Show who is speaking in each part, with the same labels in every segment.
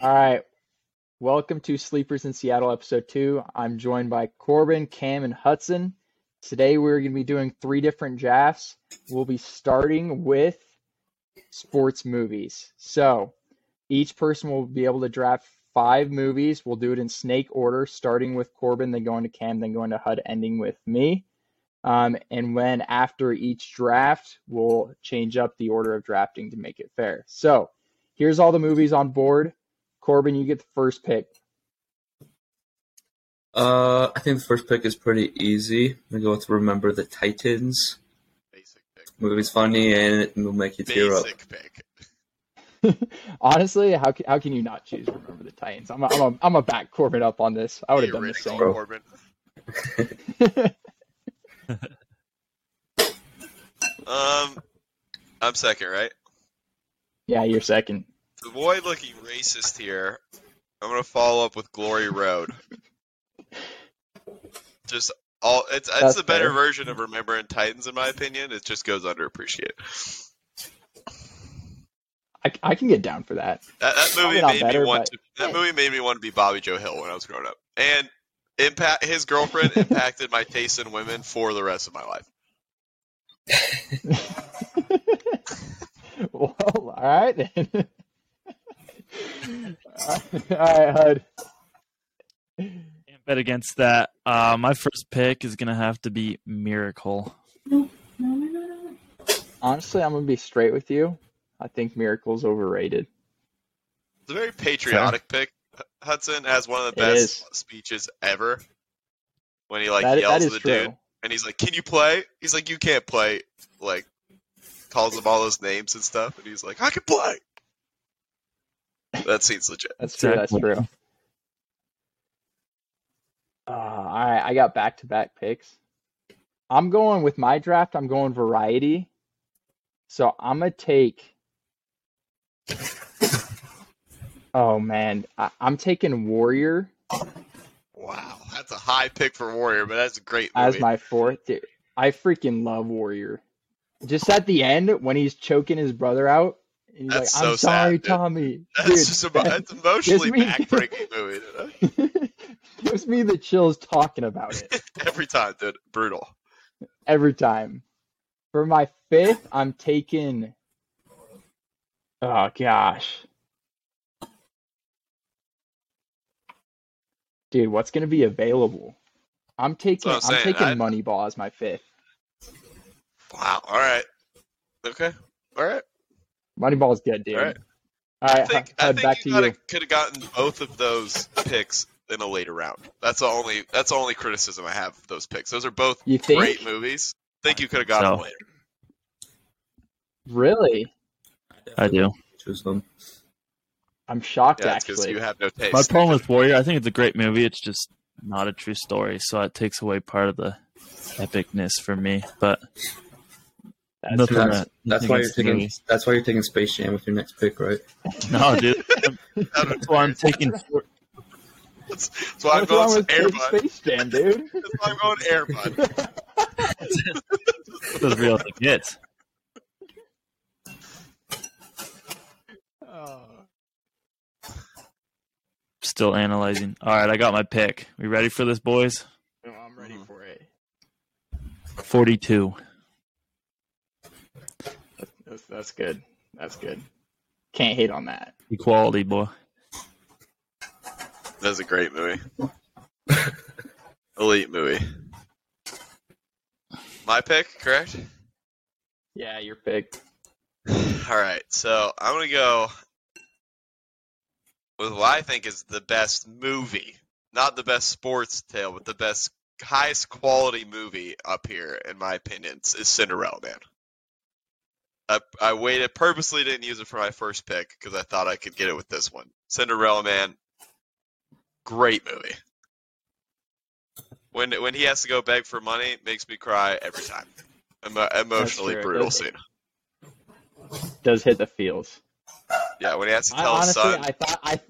Speaker 1: All right. Welcome to Sleepers in Seattle, episode two. I'm joined by Corbin, Cam, and Hudson. Today we're going to be doing three different drafts. We'll be starting with sports movies. So each person will be able to draft five movies. We'll do it in snake order, starting with Corbin, then going to Cam, then going to HUD, ending with me. Um, and when after each draft, we'll change up the order of drafting to make it fair. So here's all the movies on board. Corbin, you get the first pick.
Speaker 2: Uh, I think the first pick is pretty easy. I'm gonna go with Remember the Titans.
Speaker 3: Basic pick.
Speaker 2: Movie's funny and it will make you tear up.
Speaker 3: Basic pick.
Speaker 1: Honestly, how can, how can you not choose Remember the Titans? I'm a, I'm a, I'm a back Corbin up on this. I would have done
Speaker 3: You're
Speaker 1: the
Speaker 3: ridiculing
Speaker 1: same.
Speaker 2: Bro.
Speaker 3: Corbin. Um, I'm second, right?
Speaker 1: yeah, you're second.
Speaker 3: To avoid looking racist here, I'm gonna follow up with Glory Road. just all it's it's
Speaker 1: That's
Speaker 3: the better
Speaker 1: fair.
Speaker 3: version of Remembering Titans, in my opinion. It just goes underappreciated.
Speaker 1: I, I can get down for that.
Speaker 3: That, that
Speaker 1: Probably
Speaker 3: movie
Speaker 1: not
Speaker 3: made
Speaker 1: better,
Speaker 3: me want
Speaker 1: but-
Speaker 3: to. That movie made me want to be Bobby Joe Hill when I was growing up, and impact his girlfriend impacted my taste in women for the rest of my life.
Speaker 1: well, all right then. all right, Hud.
Speaker 4: Can't bet against that. Uh, my first pick is gonna have to be Miracle.
Speaker 1: Honestly, I'm gonna be straight with you. I think Miracle's overrated.
Speaker 3: It's a very patriotic pick. H- Hudson has one of the
Speaker 1: It
Speaker 3: best speeches ever. When he like
Speaker 1: That-
Speaker 3: yells
Speaker 1: that
Speaker 3: at
Speaker 1: is
Speaker 3: the
Speaker 1: true.
Speaker 3: dude and he's like, "Can you play?" He's like, "You can't play." Like, calls him all those names and stuff, and he's like, "I can play." That seems legit.
Speaker 1: That's true. That's
Speaker 4: Exactly.
Speaker 1: true. Uh, all right, I got back to back picks. I'm going with my draft. I'm going variety. So I'm gonna take. Oh man, I, I'm taking Warrior
Speaker 3: Wow, that's a high pick for Warrior, but that's a great
Speaker 1: as
Speaker 3: movie.
Speaker 1: my fourth. Dude, I freaking love Warrior. Just at the end when he's choking his brother out, and he's
Speaker 3: That's
Speaker 1: like, "I'm
Speaker 3: so sad,
Speaker 1: sorry,
Speaker 3: dude.
Speaker 1: Tommy."
Speaker 3: that's
Speaker 1: Dude,
Speaker 3: just emo-
Speaker 1: that-
Speaker 3: that's emotionally
Speaker 1: me-
Speaker 3: backbreaking movie dude.
Speaker 1: gives me the chills talking about it.
Speaker 3: every time, dude. Brutal.
Speaker 1: every time. For my fifth, I'm taking. Oh gosh, dude, what's gonna be available? I'm taking. I'm,
Speaker 3: That's what I'm saying.
Speaker 1: taking
Speaker 3: I-
Speaker 1: Moneyball as my fifth.
Speaker 3: Wow. All right. Okay. All right.
Speaker 1: Moneyball is good, dude. All right,
Speaker 3: Alright. I think,
Speaker 1: Hud,
Speaker 3: I think
Speaker 1: back
Speaker 3: you,
Speaker 1: to you.
Speaker 3: could have gotten both of those picks in a later round. That's the only that's the only criticism I have of those picks. Those are both
Speaker 1: You think?
Speaker 3: great movies. I think you could have gotten them
Speaker 4: So.
Speaker 3: later.
Speaker 1: Really?
Speaker 4: I do.
Speaker 2: Choose them.
Speaker 1: I'm shocked.
Speaker 3: Yeah, it's because
Speaker 1: actually,
Speaker 3: you have no taste.
Speaker 4: My problem with Warrior, I think it's a great movie. It's just not a true story, so it takes away part of the epicness for me. But
Speaker 1: That's true.
Speaker 4: nothing
Speaker 2: That's,
Speaker 4: that-
Speaker 2: that's
Speaker 4: nothing
Speaker 2: why you're
Speaker 4: against the
Speaker 2: taking.
Speaker 4: movie.
Speaker 2: That's why you're taking Space Jam with your next pick, right?
Speaker 4: No, dude, that's why I'm taking.
Speaker 3: that's, that's why I'm
Speaker 1: What's wrong
Speaker 3: going
Speaker 1: with Big
Speaker 3: Airbud.
Speaker 1: Space Jam, dude?
Speaker 3: That's why I'm going Airbud.
Speaker 4: That's as real as it gets.
Speaker 1: Oh,
Speaker 4: Still analyzing. All right, I got my pick. We ready for this, boys?
Speaker 1: I'm ready
Speaker 3: Mm-hmm.
Speaker 1: for it.
Speaker 4: Forty-two.
Speaker 1: That's, that's good. That's good. Can't hate on that.
Speaker 4: Equality, boy.
Speaker 3: That's a great movie. Elite movie. My pick, correct?
Speaker 1: Yeah, your pick.
Speaker 3: All right, so I'm gonna go with what I think is the best movie, not the best sports tale, but the best, highest quality movie up here, in my opinion, is is Cinderella Man. I, I waited purposely didn't use it for my first pick because I thought I could get it with this one. Cinderella Man, great movie. When when he has to go beg for money, makes me cry every time. Emo- emotionally
Speaker 1: true, it
Speaker 3: brutal
Speaker 1: does.
Speaker 3: scene.
Speaker 1: Does hit the feels.
Speaker 3: Yeah, when he has to
Speaker 1: I
Speaker 3: tell his
Speaker 1: honestly,
Speaker 3: son,
Speaker 1: I thought I,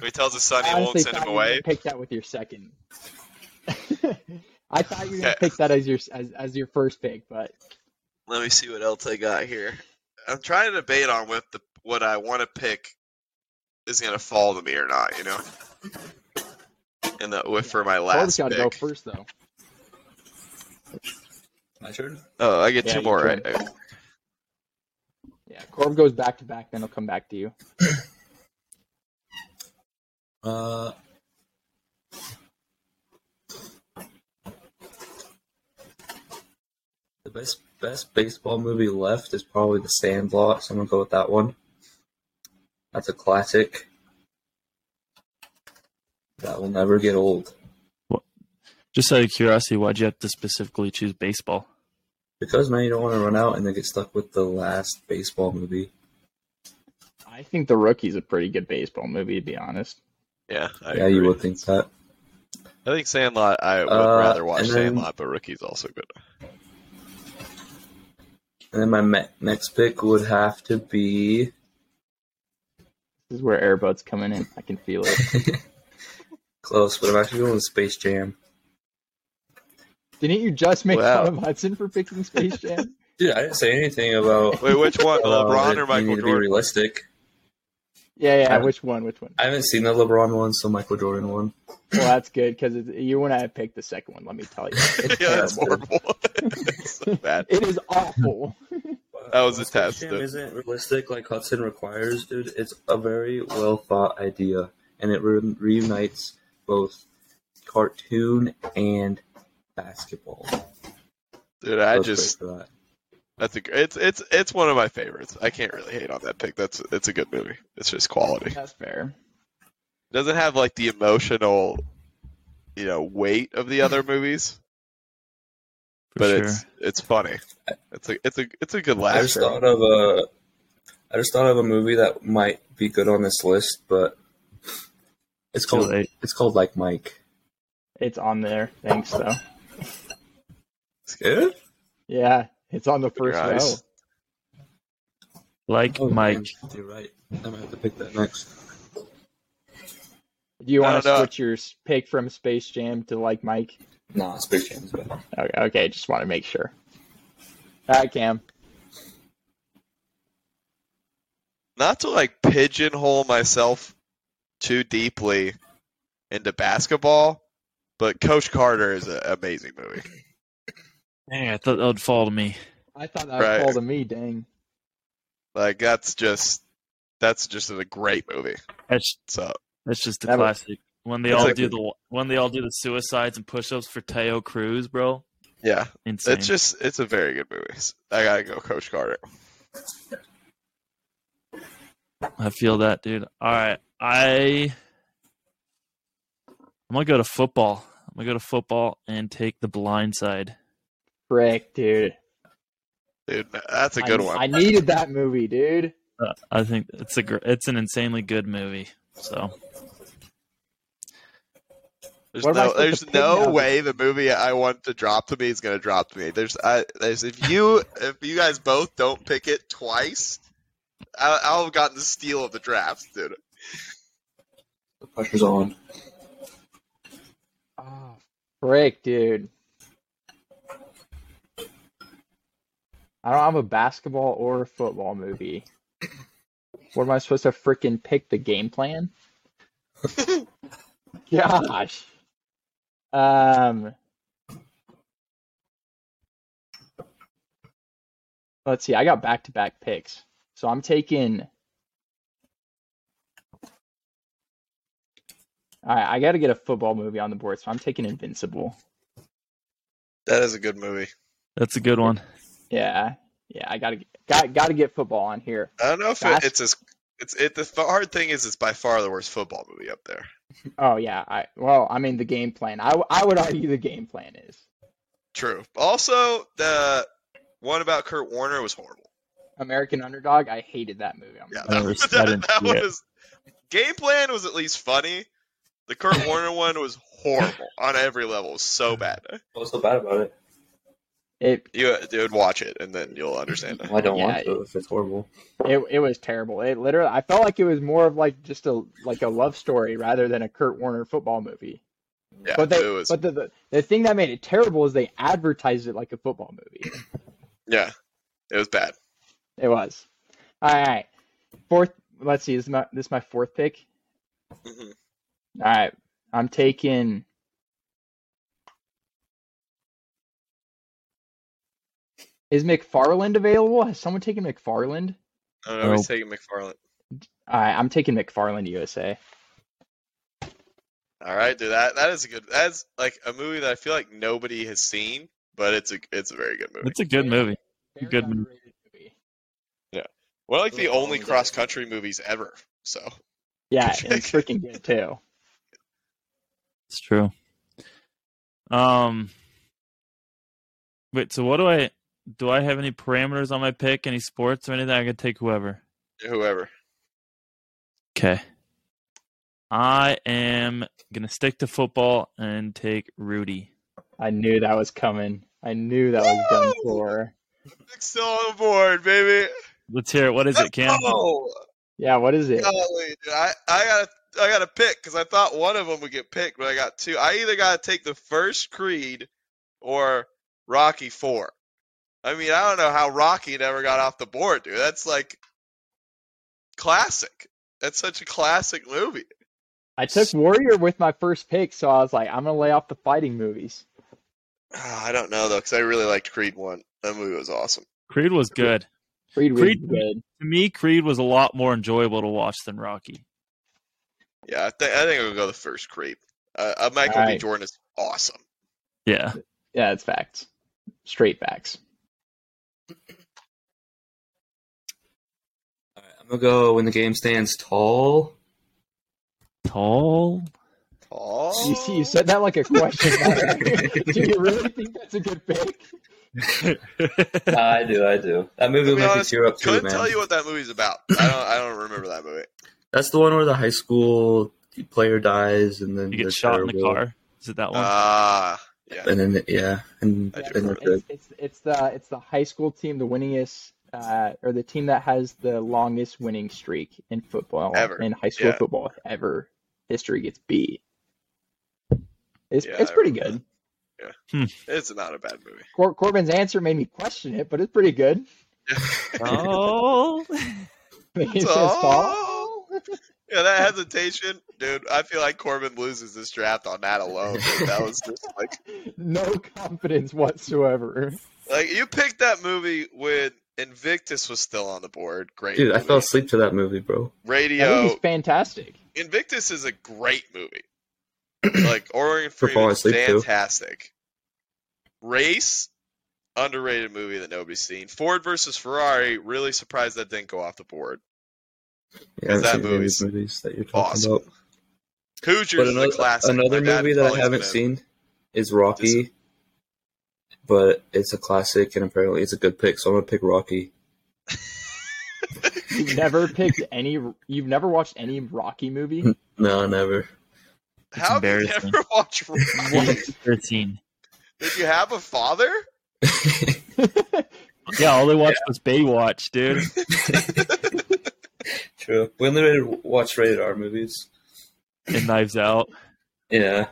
Speaker 3: when he tells his son
Speaker 1: I
Speaker 3: he won't
Speaker 1: honestly
Speaker 3: send
Speaker 1: thought
Speaker 3: him
Speaker 1: you were
Speaker 3: away.
Speaker 1: gonna pick that with your second. I thought you were gonna
Speaker 3: Okay.
Speaker 1: pick that as your as, as your first pick, but
Speaker 3: Let me see what else I got here. I'm trying to debate on with the what I want to pick is gonna fall to me or not, you know. And that with for my
Speaker 1: Corbin's
Speaker 3: last
Speaker 1: got to go
Speaker 3: pick.
Speaker 1: first, though.
Speaker 2: My turn.
Speaker 3: Oh, I get
Speaker 1: Yeah,
Speaker 3: two
Speaker 1: you
Speaker 3: more. Right?
Speaker 1: can. Yeah, Corbin goes back to back, then he'll come back to you.
Speaker 2: Uh. The best best baseball movie left is probably The Sandlot. So I'm gonna go with that one. That's a classic. That will never get old
Speaker 4: Just out of curiosity, why'd you have to specifically choose baseball?
Speaker 2: because man, you don't want to run out and then get stuck with the last baseball movie.
Speaker 1: I think The Rookie's a pretty good baseball movie, to be honest.
Speaker 3: Yeah, I
Speaker 2: yeah, you
Speaker 3: agree.
Speaker 2: would think that.
Speaker 3: I think Sandlot. I would
Speaker 2: Uh,
Speaker 3: rather watch
Speaker 2: and then-
Speaker 3: Sandlot, but Rookie's also good.
Speaker 2: And then my me- next pick would have to be
Speaker 1: This is where Airbud's coming in. I can feel it.
Speaker 2: close, but I'm actually going with Space Jam.
Speaker 1: Didn't you just make
Speaker 3: Wow.
Speaker 1: fun of Hudson for picking Space Jam?
Speaker 2: Dude, I didn't say anything about
Speaker 3: Wait, which one?
Speaker 2: about
Speaker 3: LeBron
Speaker 2: it.
Speaker 3: or
Speaker 2: Oh, You
Speaker 3: Michael
Speaker 2: need to be
Speaker 3: Jordan?
Speaker 2: realistic.
Speaker 1: yeah, yeah.
Speaker 2: Yeah.
Speaker 1: Which one? Which one?
Speaker 2: I haven't seen the LeBron one, so Michael Jordan one.
Speaker 1: Well, that's good because you wouldn't have picked the second one. Let me tell you,
Speaker 3: yeah,
Speaker 1: it's
Speaker 3: that's
Speaker 1: terrible.
Speaker 3: horrible. It's so bad.
Speaker 1: It is awful.
Speaker 3: That was a test.
Speaker 2: Jam isn't realistic like Hudson requires, dude. It's a very well thought idea, and it re- reunites both cartoon and basketball.
Speaker 3: Dude, I
Speaker 2: Let's wait
Speaker 3: just
Speaker 2: for that.
Speaker 3: that's a gr- it's it's it's one of my favorites. I can't really hate on that pick. That's it's a good movie. It's just quality.
Speaker 1: That's fair.
Speaker 3: It doesn't have like the emotional, you know, weight of the other movies,
Speaker 4: Hmm. For
Speaker 3: but
Speaker 4: sure.
Speaker 3: it's it's funny. It's a it's a it's a good
Speaker 2: I
Speaker 3: laugh.
Speaker 2: just thought of a, I just thought of a movie that might be good on this list, but it's
Speaker 4: Too
Speaker 2: called
Speaker 4: late.
Speaker 2: it's called like Mike.
Speaker 1: It's on there. Thanks though.
Speaker 2: Yeah.
Speaker 1: Yeah, it's on the first
Speaker 3: Your eyes.
Speaker 1: row.
Speaker 4: Like Mike.
Speaker 2: Oh, you're right. I'm gonna have to pick that next.
Speaker 1: Do you
Speaker 3: I
Speaker 1: want
Speaker 3: don't
Speaker 1: to
Speaker 3: know.
Speaker 1: switch your s- pick from Space Jam to like Mike?
Speaker 2: Nah, Space Jam's better.
Speaker 1: Okay, okay just want to make sure. All right, Cam.
Speaker 3: Not to like pigeonhole myself too deeply into basketball, but Coach Carter is an amazing movie.
Speaker 4: Dang, I thought that would fall to me.
Speaker 1: I thought that
Speaker 3: Right.
Speaker 1: would fall to me. Dang.
Speaker 3: Like that's just that's just a great movie.
Speaker 4: That's
Speaker 3: So
Speaker 4: that's just a
Speaker 1: That would-
Speaker 4: classic. When they
Speaker 3: That's
Speaker 4: all
Speaker 3: like-
Speaker 4: do the when they all do the suicides and push-ups for Teo Cruz, bro.
Speaker 3: yeah,
Speaker 4: Insane.
Speaker 3: it's just it's a very good movie. I gotta go, Coach Carter.
Speaker 4: I feel that, dude. All right, I I'm gonna go to football. I'm gonna go to football and take the blind side.
Speaker 1: Frick, dude.
Speaker 3: Dude, that's a good
Speaker 1: I,
Speaker 3: one.
Speaker 1: I needed that movie, dude.
Speaker 4: Uh, I think it's a gr- it's an insanely good movie. So
Speaker 3: There's
Speaker 1: What am I
Speaker 3: no,
Speaker 1: supposed to
Speaker 3: there's
Speaker 1: pick
Speaker 3: no
Speaker 1: now?
Speaker 3: way the movie I want to drop to me is gonna drop to me. There's, I, there's if you if you guys both don't pick it twice, I, I'll have gotten the steal of the draft, dude.
Speaker 2: The pressure's on.
Speaker 1: Oh, frick, dude. I don't have a basketball or a football movie. What am I supposed to freaking pick the game plan? Gosh. Um. Let's see. I got back to back picks, so I'm taking. All right, I got to get a football movie on the board, so I'm taking Invincible.
Speaker 3: That is a good movie.
Speaker 4: that's a good one.
Speaker 1: Yeah, yeah, I gotta got gotta get football on here.
Speaker 3: I don't know if it,
Speaker 1: That's-
Speaker 3: it's as it's it. The hard thing is, it's by far the worst football movie up there.
Speaker 1: Oh yeah, I well, I mean the game plan. I, w- I would argue the game plan is.
Speaker 3: True. Also, the one about Kurt Warner was horrible.
Speaker 1: American Underdog. I hated that movie. I'm
Speaker 3: Yeah,
Speaker 4: I
Speaker 3: that,
Speaker 4: never-
Speaker 3: that,
Speaker 4: I didn't
Speaker 3: that
Speaker 4: see
Speaker 3: one
Speaker 4: it.
Speaker 3: is. Game plan was at least funny. The Kurt Warner one was horrible on every level. It was so bad.
Speaker 2: What's so bad about it?
Speaker 1: It
Speaker 3: You, dude, watch it and then you'll understand.
Speaker 2: I don't
Speaker 1: Yeah,
Speaker 2: want to if it's horrible.
Speaker 1: it it was terrible. It literally I felt like it was more of like just a like a love story rather than a Kurt Warner football movie.
Speaker 3: Yeah,
Speaker 1: but they
Speaker 3: it was.
Speaker 1: but the, the the thing that made it terrible is they advertised it like a football movie.
Speaker 3: yeah, it was bad.
Speaker 1: It was. All right. Fourth let's see. This is my this is my fourth pick.
Speaker 3: Mhm.
Speaker 1: All right, I'm taking. Is McFarland available? Has someone taken McFarland?
Speaker 3: I don't know. He's
Speaker 4: Oh.
Speaker 3: taking McFarland.
Speaker 1: All right, I'm taking McFarland USA.
Speaker 3: All right, dude. That that is a good. That's like a movie that I feel like nobody has seen, but it's a it's a very good movie.
Speaker 4: It's a good movie.
Speaker 1: Very
Speaker 4: Good movie.
Speaker 1: underrated movie.
Speaker 3: One of like the
Speaker 2: Little
Speaker 3: only
Speaker 2: Colin
Speaker 3: cross country movies ever. So
Speaker 1: Yeah,
Speaker 3: Good
Speaker 1: and it's
Speaker 3: pick.
Speaker 1: freaking good too.
Speaker 4: It's true. Um, wait. So what do I do? I have any parameters on my pick? Any sports or anything? I could take whoever.
Speaker 3: whoever.
Speaker 4: Okay. I am gonna stick to football and take Rudy.
Speaker 1: I knew that was coming. I knew that was done
Speaker 3: Woo!
Speaker 1: for.
Speaker 3: Nick's still on board, baby.
Speaker 4: Let's hear it. What is it, Cam?
Speaker 3: Oh,
Speaker 1: Yeah, what is it?
Speaker 3: golly, dude. I I got I got to pick because I thought one of them would get picked, but I got two. I either got to take the first Creed or Rocky Four. I mean, I don't know how Rocky never got off the board, dude. That's like classic. That's such a classic movie.
Speaker 1: I took Warrior with my first pick, so I was like, I'm gonna lay off the fighting movies.
Speaker 3: Ah, I don't know though, because I really liked Creed One. That movie was awesome.
Speaker 4: Creed was good.
Speaker 1: Creed, was
Speaker 4: Creed-
Speaker 1: good.
Speaker 4: To me, Creed was a lot more enjoyable to watch than Rocky.
Speaker 3: Yeah, I, th- I think I'll go the first Creed. Uh, uh, Michael B.
Speaker 1: Alright.
Speaker 3: Jordan is awesome.
Speaker 4: Yeah.
Speaker 1: Yeah, it's facts. Straight facts.
Speaker 2: All right, I'm gonna go when the game stands tall.
Speaker 4: Tall.
Speaker 3: Paul,
Speaker 1: You see, you said that like a question. Do you really think that's a good pick?
Speaker 2: I do, I do. That movie
Speaker 3: To
Speaker 2: will
Speaker 3: be
Speaker 2: make
Speaker 3: honest,
Speaker 2: you tear up too,
Speaker 3: couldn't
Speaker 2: man.
Speaker 3: tell you what that movie's about. I don't. I don't remember that movie.
Speaker 2: That's the one where the high school player dies, and then
Speaker 4: You
Speaker 2: they're
Speaker 4: get shot in the
Speaker 2: terrible.
Speaker 4: car. Is it that one?
Speaker 3: Ah, yeah.
Speaker 2: and then yeah, and
Speaker 3: I do
Speaker 2: then they're
Speaker 3: remember.
Speaker 2: good.
Speaker 1: It's, it's it's the it's the high school team, the winningest, uh, or the team that has the longest winning streak in football
Speaker 3: Ever.
Speaker 1: in high school
Speaker 3: Yeah.
Speaker 1: football ever. History gets beat. It's
Speaker 3: Yeah,
Speaker 1: it's
Speaker 3: I
Speaker 1: pretty
Speaker 3: remember
Speaker 1: good.
Speaker 3: It's not a bad movie.
Speaker 1: Cor- Corbin's answer made me question it, but it's pretty good.
Speaker 4: Tall.
Speaker 1: He says tall.
Speaker 3: Oh. Yeah, that hesitation, dude. I feel like Corbin loses this draft on that alone. dude. That was just like,
Speaker 1: No confidence whatsoever.
Speaker 3: like you picked that movie when Invictus was still on the board. Great,
Speaker 2: Dude, I
Speaker 3: movie.
Speaker 2: fell asleep to that movie, bro.
Speaker 1: That
Speaker 3: Radio
Speaker 1: movie's fantastic.
Speaker 3: Invictus is a great movie. like Orient
Speaker 2: For
Speaker 3: Freeman
Speaker 2: falling
Speaker 3: is
Speaker 2: asleep, too.
Speaker 3: fantastic. Race, underrated movie that nobody's seen. Ford versus Ferrari, really surprised that didn't go off the board.
Speaker 2: Yeah, I haven't
Speaker 3: That
Speaker 2: seen any of
Speaker 3: movie's
Speaker 2: these movies that you're talking
Speaker 3: awesome.
Speaker 2: about.
Speaker 3: Hoosiers
Speaker 2: But
Speaker 3: is
Speaker 2: another,
Speaker 3: a classic.
Speaker 2: another
Speaker 3: My dad
Speaker 2: movie that I
Speaker 3: probably
Speaker 2: haven't
Speaker 3: gonna-
Speaker 2: seen is Rocky, but it's a classic, and apparently it's a good pick, so I'm gonna pick Rocky.
Speaker 1: You've never picked any. You've never watched any Rocky movie.
Speaker 2: No, never.
Speaker 3: How have you
Speaker 4: embarrassing.
Speaker 3: never watched Rocky?
Speaker 1: What?
Speaker 4: Thirteen.
Speaker 3: Did you have a father?
Speaker 4: Yeah, all they watched was Baywatch, dude.
Speaker 2: True. We only rated, watch rated R movies.
Speaker 4: and Knives Out.
Speaker 2: Yeah,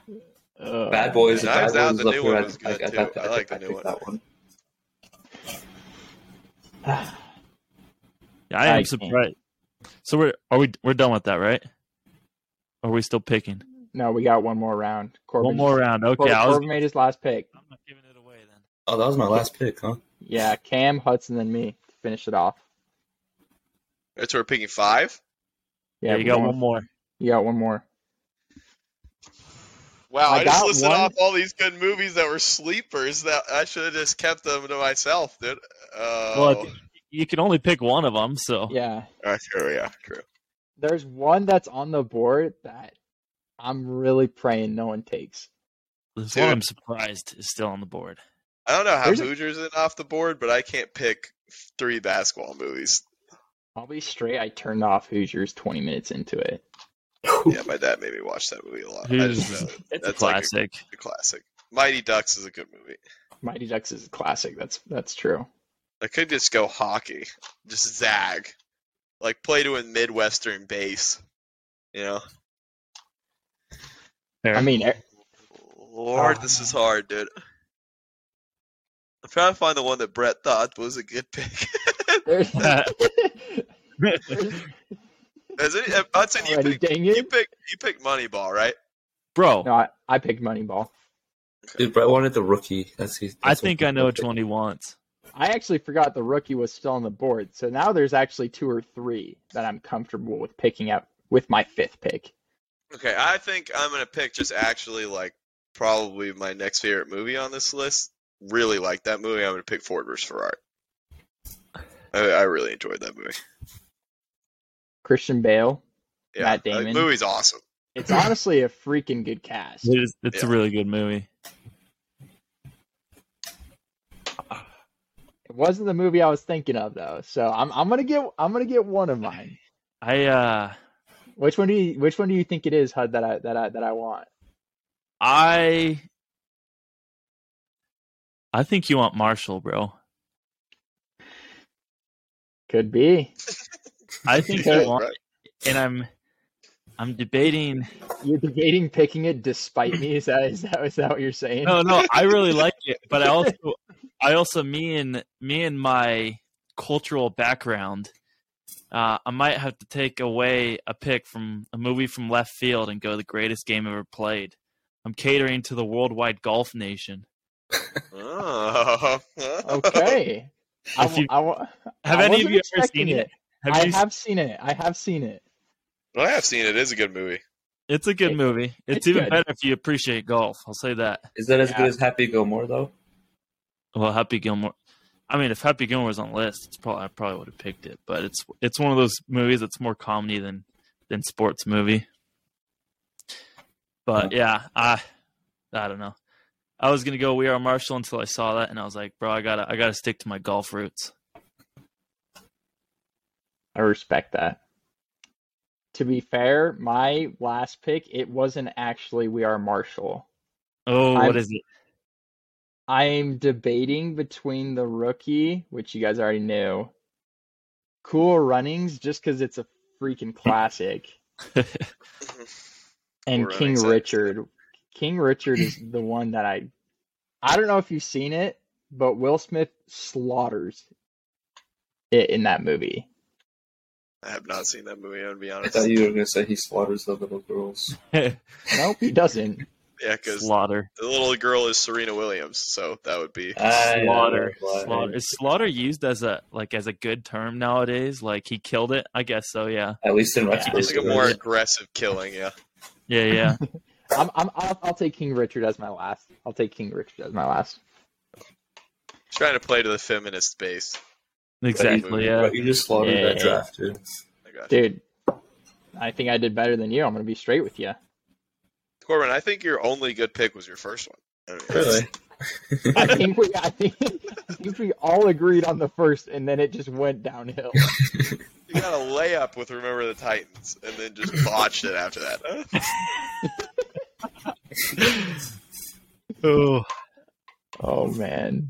Speaker 1: Ugh.
Speaker 2: Bad Boys.
Speaker 3: Knives
Speaker 2: Bad
Speaker 3: Out,
Speaker 2: Boys
Speaker 3: the
Speaker 2: is up
Speaker 3: new
Speaker 2: here.
Speaker 3: one
Speaker 2: I-
Speaker 3: was good,
Speaker 2: I- I- I-
Speaker 3: too. I like the
Speaker 2: I
Speaker 3: new
Speaker 2: picked
Speaker 3: one.
Speaker 2: That one.
Speaker 4: Yeah, I am
Speaker 1: I can't.
Speaker 4: surprised. So we're are we we're done with that, right? Or are we still picking?
Speaker 1: No, we got one more round. Corbin,
Speaker 4: One more round. Okay,
Speaker 1: Corbin,
Speaker 4: I was,
Speaker 1: Corbin made his last pick.
Speaker 4: I'm not giving it away then.
Speaker 2: Oh, that was my last pick, huh?
Speaker 1: Yeah, Cam Hudson then me to finish it off.
Speaker 3: That's where we're picking five.
Speaker 4: Yeah, you got one more.
Speaker 1: You got one more.
Speaker 3: Wow,
Speaker 1: I
Speaker 3: I, just
Speaker 1: got
Speaker 3: listed
Speaker 1: one.
Speaker 3: off all these good movies that were sleepers that I should have just kept them to myself, dude. Oh.
Speaker 4: Well, You can only pick one of them, so
Speaker 1: Yeah,
Speaker 3: All right, here we are. True.
Speaker 1: there's one that's on the board that I'm really praying no one takes.
Speaker 4: this
Speaker 3: Dude.
Speaker 4: one I'm surprised is still on the board.
Speaker 3: I don't know how
Speaker 1: There's a-
Speaker 3: Hoosiers is off the board, but I can't pick three basketball movies.
Speaker 1: I'll be straight. I turned off Hoosiers 20 minutes into it.
Speaker 3: Yeah, my dad made me watch that movie a lot. I just
Speaker 4: Hoosiers.
Speaker 3: know
Speaker 4: It's a
Speaker 3: That's like a-
Speaker 4: classic.
Speaker 3: it's a classic. Mighty Ducks is a good movie.
Speaker 1: Mighty Ducks is a classic. That's that's true.
Speaker 3: I could just go hockey, just zag, like play to a midwestern base. You know,
Speaker 4: Fair.
Speaker 1: I mean, e-
Speaker 3: Lord,
Speaker 1: Oh,
Speaker 3: this
Speaker 1: man.
Speaker 3: is hard, dude. I'm trying to find the one that Brett thought was a good pick.
Speaker 1: there's, there's,
Speaker 3: Has any, uh, Hudson, you
Speaker 1: Alrighty,
Speaker 3: picked,
Speaker 1: dang
Speaker 3: you
Speaker 1: it.
Speaker 3: picked you picked Moneyball, right?
Speaker 4: Bro,
Speaker 1: No, I, I picked Moneyball.
Speaker 2: Dude, Brett wanted the rookie. That's, that's
Speaker 4: I
Speaker 2: what
Speaker 4: think
Speaker 2: he
Speaker 4: I know which
Speaker 2: wanted.
Speaker 4: one he wants.
Speaker 1: I actually forgot the rookie was still on the board, so now there's actually two or three that I'm comfortable with picking up with my fifth pick.
Speaker 3: Okay, I think I'm gonna pick just actually like probably my next favorite movie on this list. Really like that movie. I'm gonna pick Ford vs Ferrari. I, I really enjoyed that movie.
Speaker 1: Christian Bale.
Speaker 3: Yeah,
Speaker 1: Matt
Speaker 3: that
Speaker 1: Damon.
Speaker 3: movie's awesome.
Speaker 1: It's honestly a freaking good cast.
Speaker 4: It is, it's a
Speaker 3: Yeah.
Speaker 4: really good movie.
Speaker 1: It wasn't the movie I was thinking of though, so I'm I'm gonna get I'm gonna get one of mine.
Speaker 4: I uh
Speaker 1: Which one do you Which one do you think it is, Hud? That I that I that I want.
Speaker 4: I I think you want Marshall, bro.
Speaker 1: Could be.
Speaker 4: I think
Speaker 1: Yeah,
Speaker 4: you want
Speaker 3: right.
Speaker 4: and I'm I'm debating
Speaker 1: You're debating picking it despite me. Is that is that is that what you're saying?
Speaker 4: No, no, I really like it, but I also, I also, me and me and my cultural background, uh, I might have to take away a pick from a movie from left field and go the greatest game ever played. I'm catering to the worldwide golf nation.
Speaker 3: Oh.
Speaker 1: Okay. I,
Speaker 4: If you-
Speaker 1: I, wa-
Speaker 4: Have
Speaker 1: I
Speaker 4: any of
Speaker 1: wasn't
Speaker 4: you ever
Speaker 1: expecting
Speaker 4: seen it? Have
Speaker 1: I
Speaker 4: you?
Speaker 1: have seen it. I have seen it.
Speaker 3: Well, I have seen it. It is a good movie.
Speaker 4: It's a good
Speaker 1: it-
Speaker 4: movie. It's,
Speaker 1: it's
Speaker 4: even
Speaker 1: good.
Speaker 4: better if you appreciate golf. I'll say that.
Speaker 2: Is that as
Speaker 1: Yeah.
Speaker 2: good as Happy Gilmore though?
Speaker 4: Well, Happy Gilmore. I mean, if Happy Gilmore was on the list, it's probably I probably would have picked it. But it's it's one of those movies that's more comedy than than sports movie. But yeah, I I don't know. I was gonna go We Are Marshall until I saw that, and I was like, bro, I gotta I gotta stick to my golf roots.
Speaker 1: I respect that. To be fair, my last pick it wasn't actually We Are Marshall.
Speaker 4: Oh, what
Speaker 1: I'm-
Speaker 4: is it?
Speaker 1: I'm debating between the rookie, which you guys already knew, Cool Runnings, just because it's a freaking classic,
Speaker 2: Mm-hmm.
Speaker 1: and
Speaker 3: Cool
Speaker 1: King
Speaker 3: Runnings, I-
Speaker 1: Richard. King Richard is the one that I, I don't know if you've seen it, but Will Smith slaughters it in that movie.
Speaker 3: I have not seen that movie. I'm gonna be
Speaker 2: I
Speaker 3: honest.
Speaker 2: thought you were gonna say he slaughters the little girls.
Speaker 1: Nope, he doesn't.
Speaker 3: Yeah, because
Speaker 4: Slaughter.
Speaker 3: the little girl is Serena Williams, so that would be.
Speaker 2: I
Speaker 4: Slaughter.
Speaker 2: know,
Speaker 4: Slaughter. Is slaughter used as a like as a good term nowadays? Like he killed it? I guess so. Yeah.
Speaker 2: At least in
Speaker 1: Yeah.
Speaker 3: It's
Speaker 2: retrospect.
Speaker 3: like a more aggressive killing, yeah.
Speaker 4: Yeah. Yeah.
Speaker 1: I'm, I'm, I'll, I'll take King Richard as my last. I'll take King Richard as my last.
Speaker 3: Trying to play to the feminist base.
Speaker 4: exactly. Yeah.
Speaker 2: But you just slaughtered
Speaker 1: Yeah.
Speaker 2: that draft, dude.
Speaker 3: I got you.
Speaker 1: Dude, I think I did better than you. I'm going to be straight with you.
Speaker 3: Corbin, I think your only good pick was your first one. I mean,
Speaker 2: Really?
Speaker 1: I think we, I think, I think we all agreed on the first, and then it just went downhill.
Speaker 3: You got a layup with Remember the Titans, and then just botched it after that.
Speaker 4: Oh.
Speaker 1: Oh man,